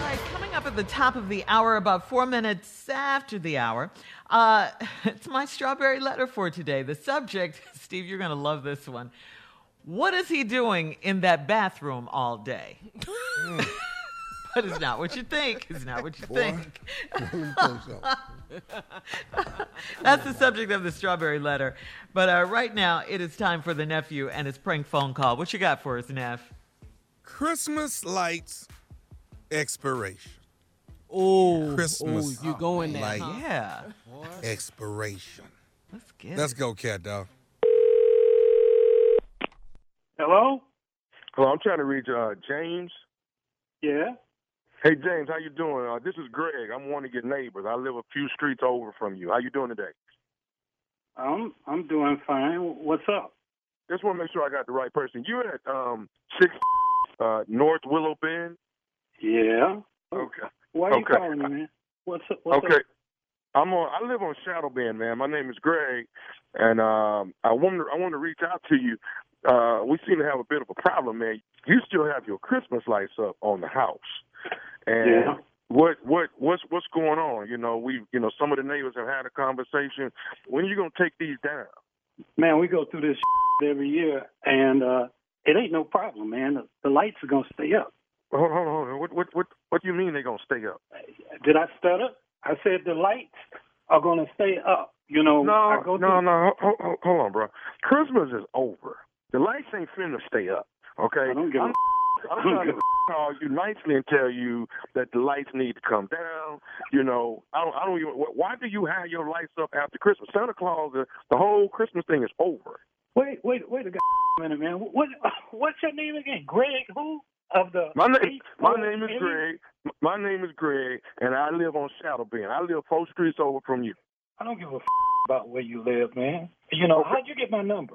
right, coming up at the top of the hour, about four minutes after the hour, uh, it's my strawberry letter for today. The subject, Steve, you're going to love this one. What is he doing in that bathroom all day? but it's not what you think. It's not what you think. That's the subject of the strawberry letter. But uh, right now, it is time for the nephew and his prank phone call. What you got for us, Neff? Christmas lights expiration. Oh, Christmas you going there? Like- huh? Yeah. Expiration. Let's get Let's it. go, cat dog. Hello? Hello, I'm trying to reach uh, James. Yeah. Hey, James, how you doing? Uh, this is Greg. I'm one of your neighbors. I live a few streets over from you. How you doing today? I'm I'm doing fine. What's up? Just want to make sure I got the right person. You at um six uh, North Willow Bend? Yeah. Okay. Why are you Okay. calling me, man? What's up? What's okay. Up? I'm on. I live on Shadow Bend, man. My name is Greg, and um, I want to. I want to reach out to you. Uh, we seem to have a bit of a problem, man. You still have your Christmas lights up on the house, and Yeah. what what what's what's going on? You know, we you know some of the neighbors have had a conversation. When are you gonna take these down? Man, we go through this every year, and uh, it ain't no problem, man. The, the lights are gonna stay up. Hold on, hold on, hold on. What what what what do you mean they're gonna stay up? Did I stutter? I said the lights are gonna stay up. You know, I No, go no, through, no. Hold, hold, hold on, bro. Christmas is over. The lights ain't finna stay up. Okay. I don't give a I'm, I'm trying to call you nicely and tell you that the lights need to come down. You know, I don't. I don't even. wh- Why do you have your lights up after Christmas? Santa Claus. The, the whole Christmas thing is over. Wait, wait, wait a god minute, man. What what's your name again? Greg? Who of the? My name. My H O name is M? Greg. M- My name is Greg, and I live on Shadow Bend. I live four streets over from you. I don't give a f- about where you live, man. You know, how'd you get my number?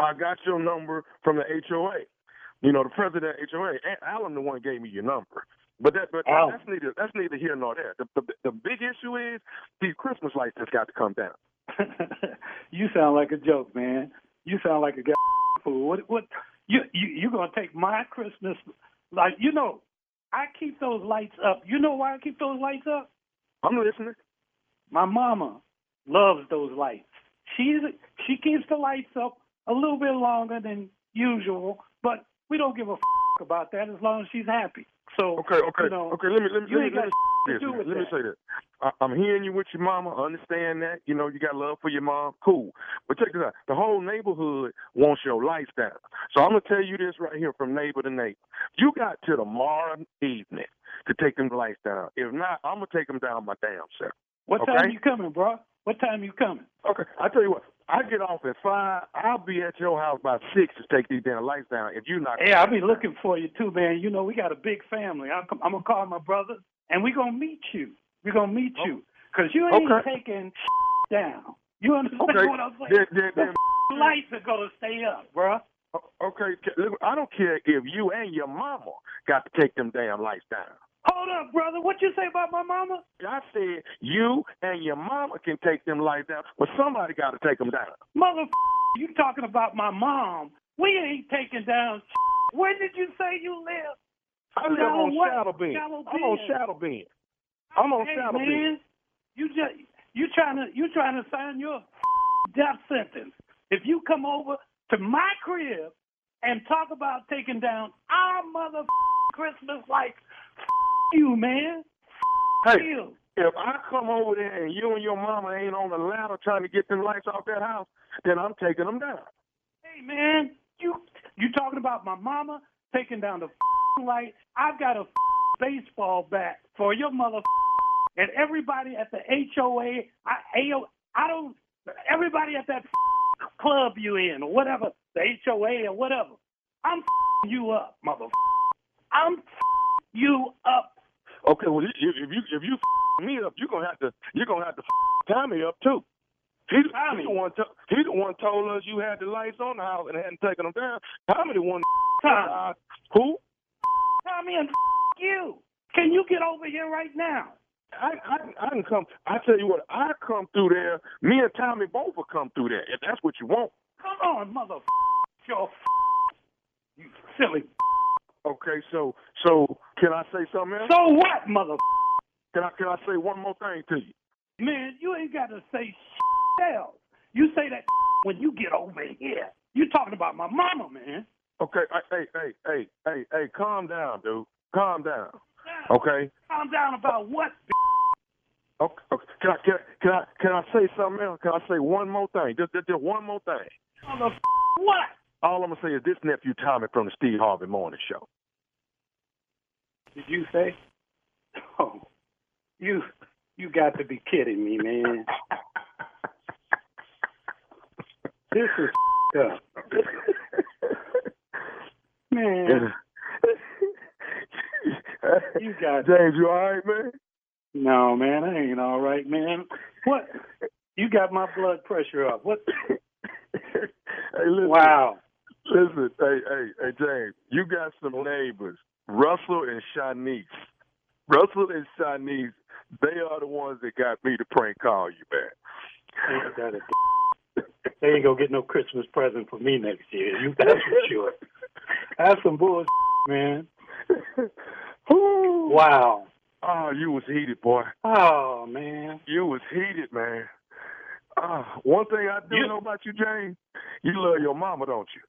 I got your number from the HOA. You know, the president of HOA, and Allen, the one gave me your number. But that, but Allen. that's neither that's neither here nor there. The, the the big issue is these Christmas lights that's got to come down. you sound like a joke, man. You sound like a guy fool. What what you you you gonna take my Christmas like you know, I keep those lights up. You know why I keep those lights up? I'm listening. My mama loves those lights. She's she keeps the lights up a little bit longer than usual, but we don't give a f- about that as long as she's happy. So Okay, okay, you know, okay. Let me let me you let me, ain't let me got say to this. do with Let me that. say this. I, I'm hearing you with your mama. I understand that. You know, you got love for your mom. Cool. But check this out. The whole neighborhood wants your lights down. So I'm gonna tell you this right here from neighbor to neighbor. You got to tomorrow evening to take them lights down. If not, I'm gonna take them down my damn self. What okay. time you coming, bro? What time you coming? Okay, I tell you what. I get off at five. I'll be at your house by six to take these damn lights down. If you're not, Yeah, I'll be looking for you too, man. You know, we got a big family. I'm, I'm gonna call my brother, and we're gonna meet you. We're gonna meet you. 'Cause you ain't Oh, Okay. taking down. You understand Okay. what I'm saying? Then, then, then, The lights are gonna stay up, bruh. okay. Look, I don't care if you and your mama got to take them damn lights down. Hold up, brother. What you say about my mama? I said you and your mama can take them lights down, but somebody got to take them down. Mother, you talking about my mom? We ain't taking down. Where did you say you live? I live Shadow on what? Shadow Bend. Shadow I'm on Bend. Shadow Bend. I'm on hey, Shadow man, Bend. You just you trying to you trying to sign your death sentence. If you come over to my crib and talk about taking down our mother Christmas lights, you man, Hey, you. if I come over there and you and your mama ain't on the ladder trying to get them lights off that house, then I'm taking them down. Hey man, you you talking about my mama taking down the light? I've got a baseball bat for your mother and everybody at the HOA. I AO, I don't. Everybody at that club you in or whatever the HOA or whatever. I'm you up, mother. I'm you up. Okay, well, you- you- if you if you f- me up, you're gonna have to you're gonna have to f- Tommy up too. He, Tommy? he the one to, he the one told us you had the lights on the house and hadn't taken them down. Tommy the one Tommy, uh, who Tommy, and you. Can you get over here right now? I, I I can come. I tell you what, I come through there. Me and Tommy both will come through there if that's what you want. Come on, mother. Your you silly Okay, so so Can I say something else? So what, mother? Can I can I say one more thing to you? Man, you ain't got to say else. You say that when you get over here. You talking about my mama, man. Okay, hey, hey, hey, hey, hey, hey, calm down, dude. Calm down. Okay. Calm down about what? Okay. okay. Can I can I, can I can I say something else? Can I say one more thing? Just just, just one more thing. Mother, what? All I'm gonna say is this nephew Tommy from the Steve Harvey Morning Show. Did you say? Oh, you you got to be kidding me, man. this is up, man. You got James, you all right, man? no, man. I ain't all right, man. What? You got my blood pressure up. What? hey, listen. Wow. Listen, hey, hey, hey, James, you got some neighbors, Russell and Shanice. Russell and Shanice, they are the ones that got me to prank call you back. Ain't that a they ain't gonna get no Christmas present for me next year. You that's for sure. That's some bullshit, man. Whew. Wow. Oh, you was heated, boy. Oh man. You was heated, man. Uh, one thing I do You- know about you, James, you love your mama, don't you?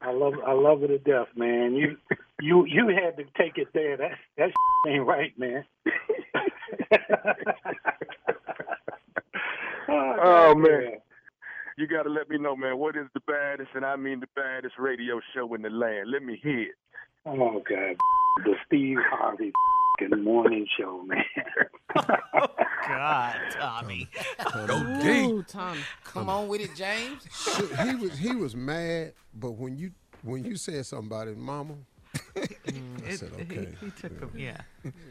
I love I love her to death, man. You you you had to take it there. That that ain't right, man. Oh, God, man. you got to let me know, man. What is the baddest, and I mean the baddest radio show in the land? Let me hear it. Oh god. The Steve Harvey morning show, man. Oh, God, Tommy. Go deep. Ooh, Tommy, come on with it, James. Shit, he was he was mad, but when you when you said something about his mama, I It- said he, okay. he took a, yeah.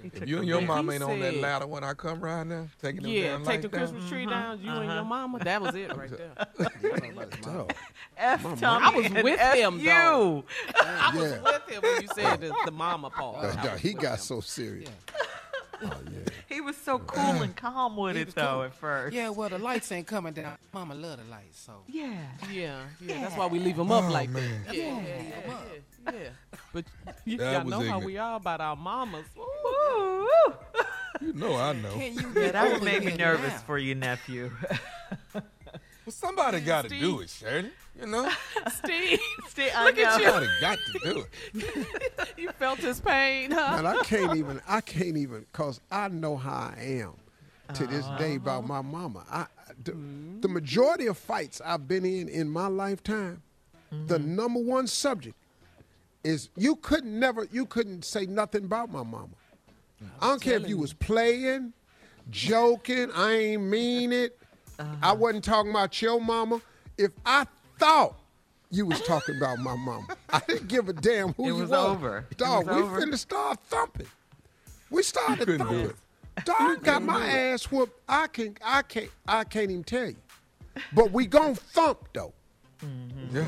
He took a You and your break. mom He ain't on that said- ladder when I come right now, taking them Yeah, down take like the that. Christmas tree down. You and your mama. That was it right there. Dog. F Tommy. I was and with F him, you. though. I was Yeah. with him when you said the, the mama part. I Dog, was he with got him. so serious. Oh yeah. He was so cool and calm with He it was though cool. at first. Yeah, well, the lights ain't coming down. Mama love the lights, so. Yeah. Yeah, yeah. That's why we leave him up Oh, like man. that. Yeah, yeah, yeah, yeah, yeah. But you That y'all was know how ignorant. we are about our mamas. Ooh. Ooh. You know I know. Can you Yeah, get that over would make me here nervous now? for you, nephew. Well, somebody got to do it, Shirley. You know, Steve, Steve, I Look at know. somebody got to do it. you felt his pain, huh? And I can't even, I can't even, cause I know how I am to this day about my mama. I the, the majority of fights I've been in in my lifetime, the number one subject is you couldn't never, you couldn't say nothing about my mama. I don't care if you was playing, joking, I ain't mean it. I Uh-huh. wasn't talking about your mama. If I thought you was talking about my mama, I didn't give a damn who It you was were. over. It Dog, was we over. finna start thumping. We started couldn't do thumping. Dog I got my ass whooped. I can I can't I can't even tell you. But we gon' thump though. Yeah.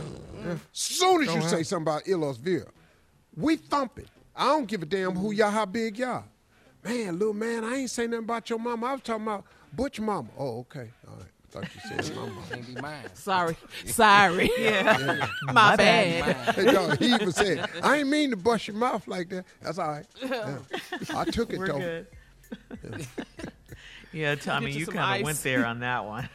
Soon as you Don't say have- something about Illos Vera, we thump it. I don't give a damn who y'all, how big y'all. Man, little man, I ain't saying nothing about your mama. I was talking about Butch mama. Oh, okay. All right. Thought you said my mama. Can't be mine. Sorry, sorry. Yeah. My, bad. Hey, dog, he even said, I ain't mean to bust your mouth like that. That's all right. Yeah. I took it We're though. good. yeah, Tommy, Get you you some kind ice. of went there on that one.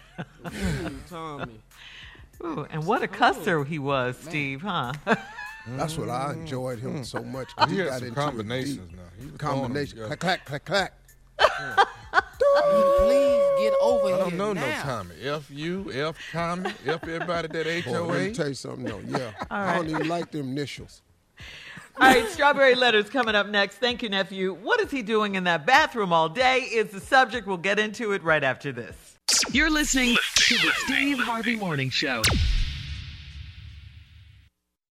Ooh, Tommy. Ooh, and what a cusser he was, Steve, huh? That's what I enjoyed him so much. Mm. He had got some into it combinations deep. now. He was throwing them Combination. together. Clack, clack, clack, clack. Please get over I here don't know no now. Tommy. F you, F Tommy, F everybody that Boy, let me HOA. tell you something though. Yeah. I don't even like them initials. All right, strawberry letters coming up next. Thank you, nephew. What is he doing in that bathroom all day? Is the subject. We'll get into it right after this. You're listening to the Steve Harvey Morning Show.